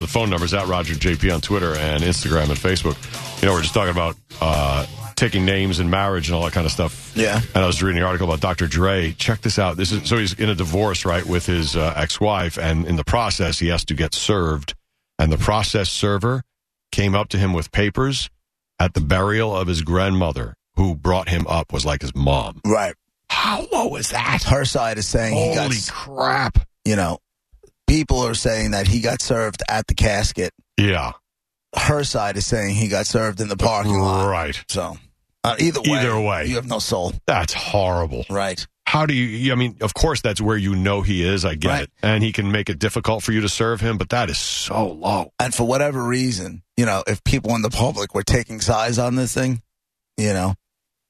The phone number's at Roger JP on Twitter and Instagram and Facebook. You know, we're just talking about uh, taking names and marriage and all that kind of stuff. Yeah. And I was reading an article about Dr. Dre. Check this out. This is so he's in a divorce, right, with his uh, ex-wife, and in the process, he has to get served. And the process server came up to him with papers at the burial of his grandmother, who brought him up, was like his mom. Right. How low is that? Her side is saying he got, Holy crap! you know, people are saying that he got served at the casket. Yeah. Her side is saying he got served in the parking lot. Right. So, uh, either way, Either way. you have no soul. That's horrible. Right. How do you? I mean, of course, that's where you know he is. I get Right. it, and he can make it difficult for you to serve him, but that is so low. And for whatever reason, you know, if people in the public were taking sides on this thing, you know,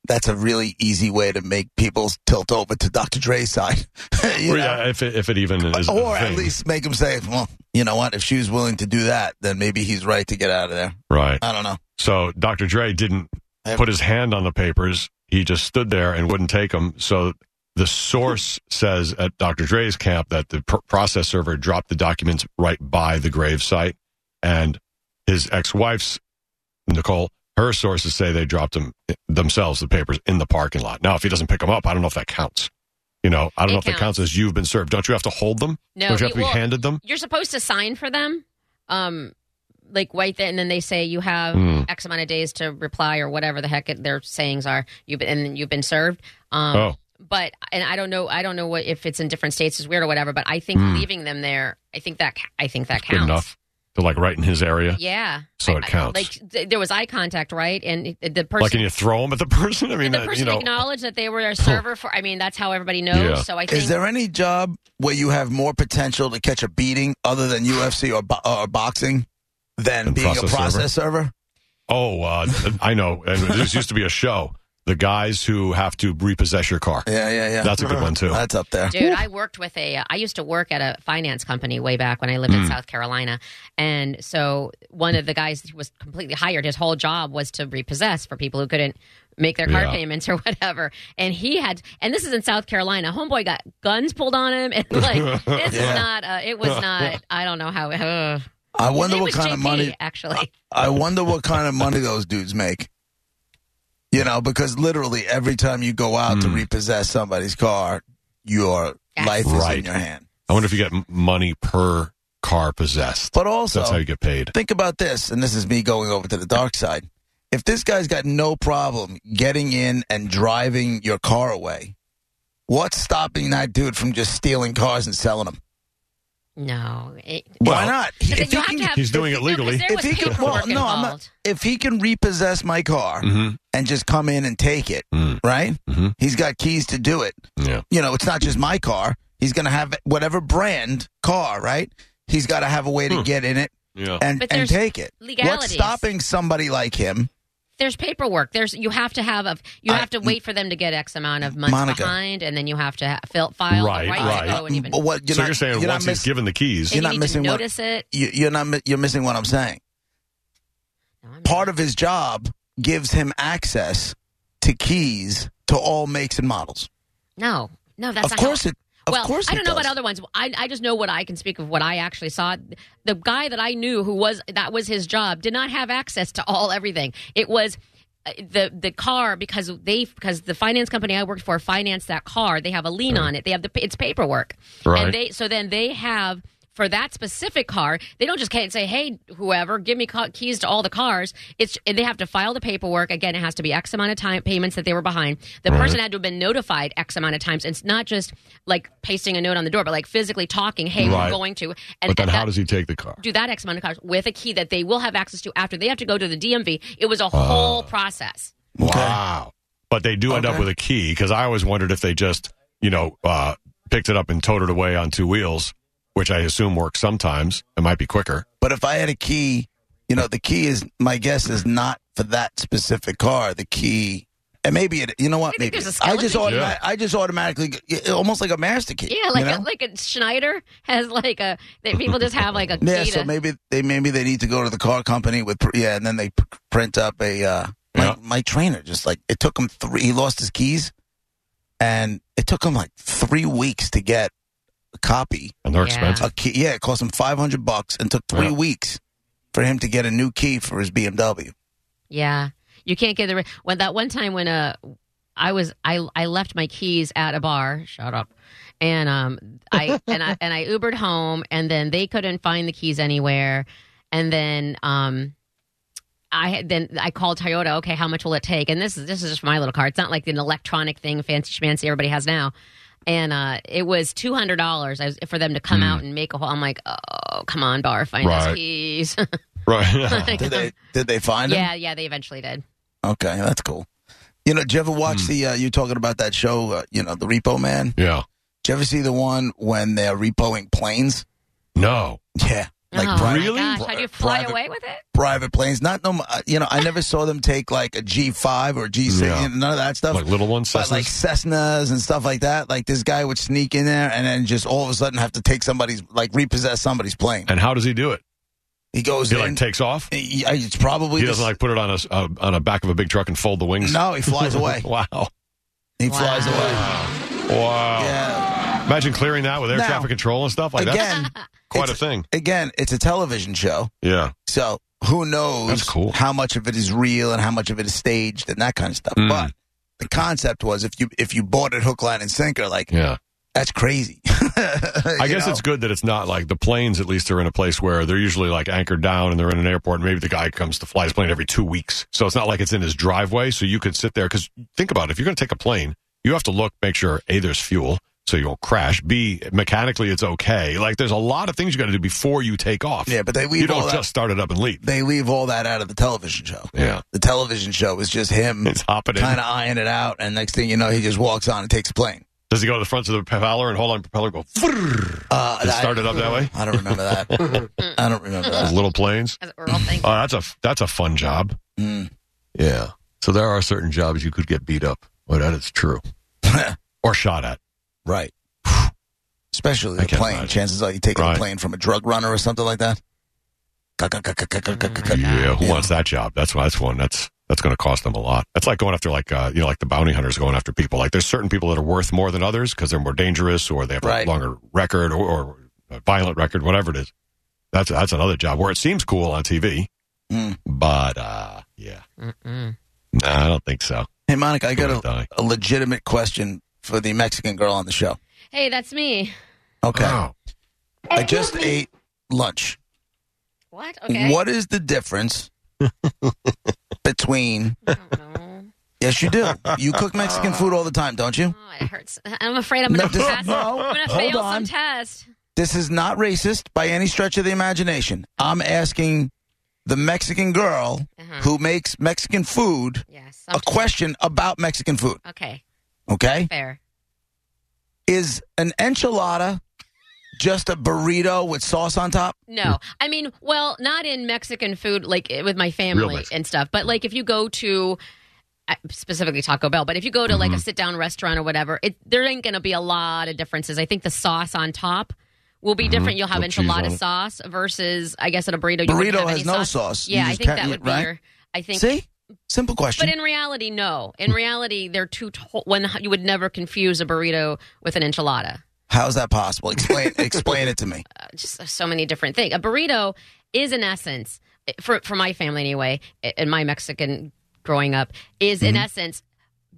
that's a really easy way to make people tilt over to Dr. Dre's side. you Or, know? yeah, if it, if it even is. a Or at thing. least make them say, well, you know what? If she was willing to do that, then maybe he's right to get out of there. right. I don't know. So Dr. Dre didn't put his hand on the papers. He just stood there and wouldn't take them. So the source says at Dr. Dre's camp that the pr- process server dropped the documents right by the grave site, and his ex-wife's Nicole. Her sources say they dropped them eh, themselves, the papers, in the parking lot. Now, if he doesn't pick them up, I don't know if that counts. You know, I don't It know if that counts counts. as you've been served. Don't you have to hold them? No, don't you have it- to be well, handed them? You're supposed to sign for them, um, like right then, and then they say you have Hmm. X amount of days to reply or whatever the heck it, their sayings are. You've been, and then you've been served. Um, oh, But and I don't know, I don't know what if it's in different states is weird or whatever. But I think Hmm. leaving them there, I think that ca- I think that good counts. enough. They're like right in his area, Yeah. so I- it I- counts. like th- there was eye contact, right? And it- the person Like, can you throw them at the person? I mean, the that- person you know, acknowledged that they were a server for. I mean, that's how everybody knows. Yeah. So I think Is there any job where you have more potential to catch a beating other than UFC or, bo- uh, or boxing than Than being process a process server? oh, uh, I know. And this used to be a show. The guys who have to repossess your car. Yeah, yeah, yeah. That's a good one, too. That's up there. Dude, I worked with a. I used to work at a finance company way back when I lived Mm. in South Carolina, and so one of the guys who was completely hired. His whole job was to repossess for people who couldn't make their car Yeah. payments or whatever. And he had, and this is in South Carolina. Homeboy got guns pulled on him, and like this Yeah. is not. Uh, it was not. I don't know how. Uh, I his wonder name what was kind of JP, money. Uh, Actually, I wonder what kind of money those dudes make. You know, because literally every time you go out to Mm. repossess somebody's car, your Yes. life is Right. in your hand. I wonder if you get m- money per car possessed. But also, That's how you get paid. think about this, and this is me going over to the dark side. If this guy's got no problem getting in and driving your car away, what's stopping that dude from just stealing cars and selling them? no. It, Why Well, not? He- Because if you he have can- to have- He's doing it no, 'cause legally. there If was he can- paperwork well, no, I'm not- involved. if he can repossess my car Mm-hmm. and just come in and take it, Mm. right? Mm-hmm. Mhm. He's got keys to do it. Yeah. you know, it's not just my car. He's going to have whatever brand car, right? He's got to have a way to Hmm. get in it Yeah. and, But and there's take it. What's legalities. stopping somebody like him? there's paperwork. There's you have to have a you I- have to wait for them to get X amount of months Monica. behind, and then you have to ha- fill, file the Right, right, right. to go and even. But what, so not- you're saying not once miss- he's given the keys, and not you need missing to what- notice it. you- you're not mi- you're missing what I'm saying. Mm-hmm. No, I'm Part of his job gives him access to keys to all makes and models. no, no, that's of not course How, it. Of well, course I don't it know does. about other ones. I, I just know what I can speak of what I actually saw. The guy that I knew who was that was his job did not have access to all everything. It was uh, the the car because they because the finance company I worked for financed that car. They have a lien on it. They have the it's paperwork. Right. And they so then they have for that specific car, they don't just can't say, "Hey, whoever, give me ca- keys to all the cars." It's and they have to file the paperwork again. It has to be X amount of time payments that they were behind. The person had to have been notified X amount of times. It's not just like pasting a note on the door, but like physically talking, "Hey, Right. we're going to." And, but then and how that- does he take the car? do that X amount of cars with a key that they will have access to after they have to go to the DMV? It was a whole process. Wow. But they do end up Okay. with a key because I always wondered if they just, you know, uh, picked it up and towed it away on two wheels, which I assume works sometimes. It might be quicker. But if I had a key, you know, the key is my guess is not for that specific car. The key, and maybe it. You know what? I think Maybe there's a I just skeleton key. automa- I just automatically g- almost like a master key. Yeah, like you a, know? like a Schneider has like a that people just have like a yeah. key So to- maybe they maybe they need to go to the car company with pr- yeah, and then they p- print up a. Uh, my, Yeah. my trainer just like it took him three. He lost his keys, and it took him like three weeks to get copy. and they're Yeah. expensive. A key, yeah, it cost him five hundred bucks and took three Yeah. weeks for him to get a new key for his BMW. Yeah, you can't get the ri- when that one time when uh I was I I left my keys at a bar. Shut up. And um I and I and I Ubered home, and then they couldn't find the keys anywhere, and then um. I had then I called Toyota. Okay, how much will it take? And this is this is just my little car. It's not like an electronic thing, fancy schmancy everybody has now. And uh, it was two hundred dollars for them to come out and make a whole. I'm like, oh, come on, bar, find Right. those keys. Right. Did they? Did they find him? yeah, yeah, they eventually did. Okay, that's cool. You know, did you ever watch Hmm. the? Uh, you talking about that show? Uh, you know, the Repo Man. yeah. Did you ever see the one when they're repoing planes? No. Yeah, like oh, private, Really? My gosh, how do you fly Private- away with it? private planes. Not no. uh, You know, I never saw them take like a G five or G six. Yeah. None of that stuff. Like little ones. but like Cessnas and stuff like that, like this guy would sneak in there and then just all of a sudden have to take somebody's, like repossess somebody's plane. and how does he do it? He goes He in. like takes off. he- it's probably He just, doesn't like put it on a, s- uh, on a back of a big truck and fold the wings. no. He flies away. Wow. Wow. He flies away. Yeah. Imagine clearing that with air Now- traffic control and stuff like that. Again, Quite a it's- thing. again, it's a television show, Yeah. so who knows That's cool. how much of it is real and how much of it is staged and that kind of stuff. Mm. But the concept was if you if you bought it hook, line, and sinker, like Yeah. that's crazy. I guess it's good that it's not like the planes. At least are in a place where they're usually like anchored down, and they're in an airport. And maybe the guy comes to fly his plane every two weeks, so it's not like it's in his driveway. So you could sit there because think about it: if you're going to take a plane, you have to look, make sure a there's fuel, so you won't crash. B mechanically it's okay. Like there's a lot of things you got to do before you take off. yeah, but they leave you all don't that, just start it up and leave. they leave all that out of the television show. Yeah, The television show is just him it's hopping in. kind of eyeing it out, and next thing you know, he just walks on and takes a plane. Does he go to the front of the propeller and hold on propeller? Go "Frrrr," Uh, and I- start it up that way. I don't remember that. I don't remember Those that. little planes. As we're all thinking. Oh, that's a that's a fun job. Mm. Yeah. So there are certain jobs you could get beat up. Well, that is true. or shot at. right. Especially I the can't plane. imagine. Chances are you take Right. a plane from a drug runner or something like that. my Yeah. Who Yeah. wants that job? That's why that's one that's that's going to cost them a lot. That's like going after like uh, you know like the bounty hunters going after people. Like there's certain people that are worth more than others because they're more dangerous or they have Right. a longer record or, or a violent record, whatever it is. That's that's another job where it seems cool on TV, Mm. but uh, yeah, Mm-mm. no, I don't think so. Hey, Monica, I got Gonna a, die. a legitimate question for the Mexican girl on the show. Hey, that's me. Okay. Oh. I just ate lunch. What? Okay. What is the difference between. I don't know. Yes, you do. You cook Mexican food all the time, don't you? Oh, it hurts. I'm afraid I'm going No, to pass. no. I'm going to Hold fail on. some test. This is not racist by any stretch of the imagination. I'm asking the Mexican girl Uh-huh. who makes Mexican food Yes. a question about Mexican food. okay. Okay? Fair. Is an enchilada just a burrito with sauce on top? No, I mean, well, not in Mexican food, like eh, with my family Mexican. and stuff. But like, if you go to uh, specifically Taco Bell, but if you go to like Mm-hmm. a sit down restaurant or whatever, it there ain't going to be a lot of differences. I think the sauce on top will be Mm-hmm. different. You'll have Little cheese on enchilada it. sauce versus, I guess, in a burrito. You wouldn't Burrito have has any no sauce. sauce. You Yeah, I just think can't that eat would it, be right? your. I think. See? Simple question. But in reality, no. In reality, they're two. To- one, you would never confuse a burrito with an enchilada. How's that possible? Explain explain it to me. Uh, just so many different things. A burrito is, in essence, for for my family anyway, and my Mexican growing up, is Mm-hmm. in essence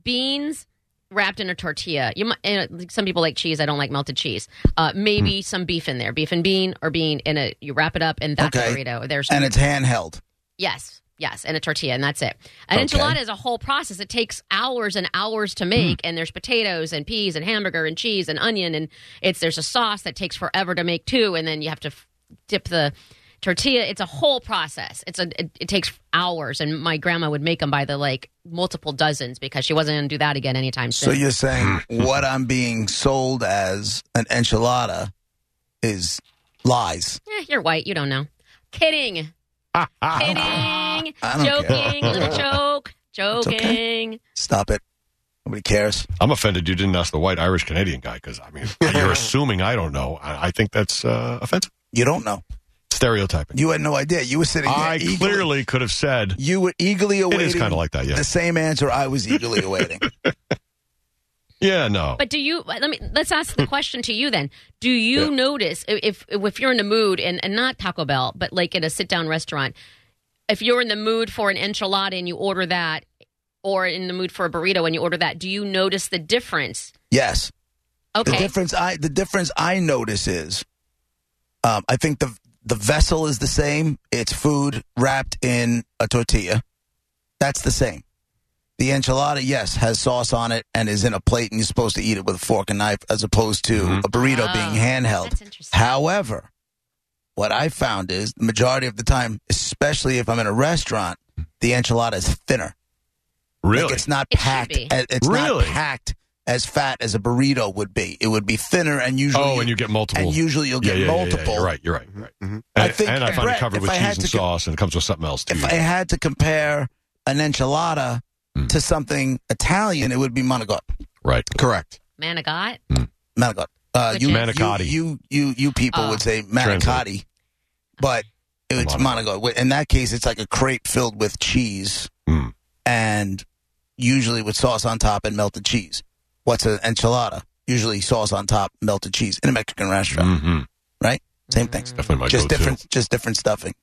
beans wrapped in a tortilla. You might, and some people like cheese. I don't like melted cheese. Uh, Mm. maybe some beef in there, beef and bean or bean in a. You wrap it up, and that's Okay. a burrito. There's And it's handheld. Yes, yes, and a tortilla, and that's it. An Okay. enchilada is a whole process. It takes hours and hours to make, Mm. and there's potatoes and peas and hamburger and cheese and onion, and it's there's a sauce that takes forever to make too, and then you have to f- dip the tortilla. It's a whole process. It's a it, it takes hours, and my grandma would make them by the like multiple dozens because she wasn't going to do that again anytime So soon. you're saying what I'm being sold as an enchilada is lies. Eh, you're white, you don't know. Kidding, Oh. kidding, I don't care. joking, little joke, joking. Stop it. Nobody cares. I'm offended you didn't ask the white Irish Canadian guy because I mean you're assuming I don't know. I, I think that's uh, offensive, You don't know. stereotyping. You had no idea. You were sitting there. I eagerly- clearly could have said You were eagerly it awaiting is kind of like that. Yeah, the same answer I was eagerly awaiting. Yeah, no. But do you? Let me. Let's ask the question to you then. Do you notice i- if if you're in the mood and, and not Taco Bell, but like at a sit down restaurant, if you're in the mood for an enchilada and you order that, or in the mood for a burrito and you order that, do you notice the difference? Yes. The Okay. difference I the difference I notice is, um, I think the the vessel is the same. It's food wrapped in a tortilla. That's the same. The enchilada, yes, has sauce on it and is in a plate, and you're supposed to eat it with a fork and knife, as opposed to Mhm. a burrito Oh, being handheld. that's interesting. However, what I found is the majority of the time, especially if I'm in a restaurant, the enchilada is thinner. Like, really? it's not It should packed. be. a- It's Really? not packed as fat as a burrito would be. It would be thinner, and usually, oh, and you get multiple. and usually you'll yeah, get yeah, yeah, yeah, multiple. Mm-hmm. You're right. You're right. You're right. And, I think, and I find Brett, it covered if with I had cheese and to co- sauce, and it comes with something else too. If I had to compare an enchilada Mm. to something Italian, it would be manicotti. right. Correct. Manigot. Manicotti. Uh, Which you, is- Manicotti. You, you, you, you people Oh. would say manicotti, but it's manicotti. In that case, it's like a crepe filled with cheese Mm. and usually with sauce on top and melted cheese. What's an enchilada? Usually sauce on top, melted cheese in a Mexican restaurant. hmm Same things. Mm. Definitely my just go-to. different, just different stuffing.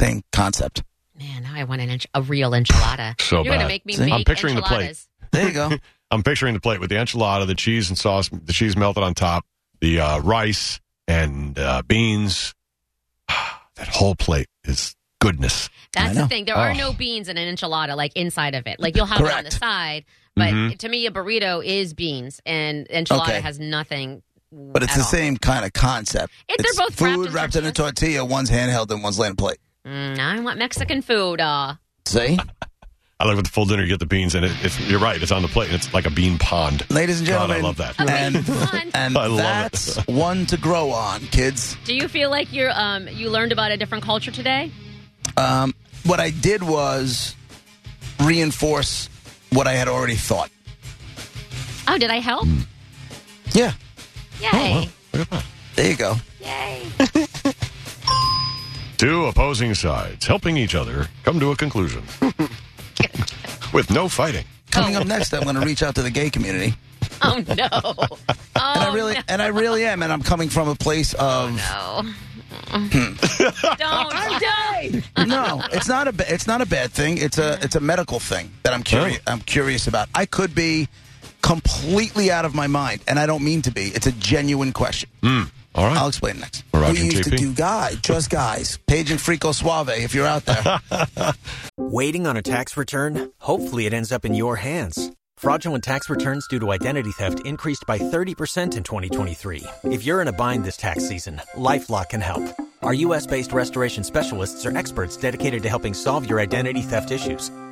Same concept. Man, now I want an ench- a real enchilada. So you're bad. gonna make me See? I'm make picturing the plate. enchiladas. There you go. I'm picturing the plate with the enchilada, the cheese and sauce, the cheese melted on top, the uh, rice and uh, beans. that whole plate is goodness. I That's the know. thing. There are Oh. no beans in an enchilada, like inside of it. Like you'll have it on the Correct. side, but Mhm. to me, a burrito is beans, and enchilada Okay. has nothing. But it's at the all. same kind of concept. It- they're it's both wrapped food in wrapped in a tortilla. One's handheld and one's laying plate. Mm, I want Mexican food. Uh, See, I like with the full dinner, you get the beans, and it, it's, you're right. It's on the plate, and it's like a bean pond. ladies and God, gentlemen, I love that. And, Fun. and I love it. that's one to grow on, kids. do you feel like you're um you learned about a different culture today? Um, what I did was reinforce what I had already thought. Oh, did I help? Yeah, Yay! there you go. Yay! Two opposing sides helping each other come to a conclusion with no fighting. Coming up next, I'm going to reach out to the gay community, Oh no! Oh and I really, and I really am, and I'm coming from a place of no! Don't die! no, it's not a ba- it's not a bad thing. It's a it's a medical thing that I'm curious I'm curious about. I could be completely out of my mind, and I don't mean to be. It's a genuine question. All right. I'll explain next. Roger, we used to JP. do guy, just guys. Page and Frico Suave. If you're out there. Waiting on a tax return? Hopefully, it ends up in your hands. Fraudulent tax returns due to identity theft increased by 30% in 2023. If you're in a bind this tax season, LifeLock can help. Our U.S. based restoration specialists are experts dedicated to helping solve your identity theft issues.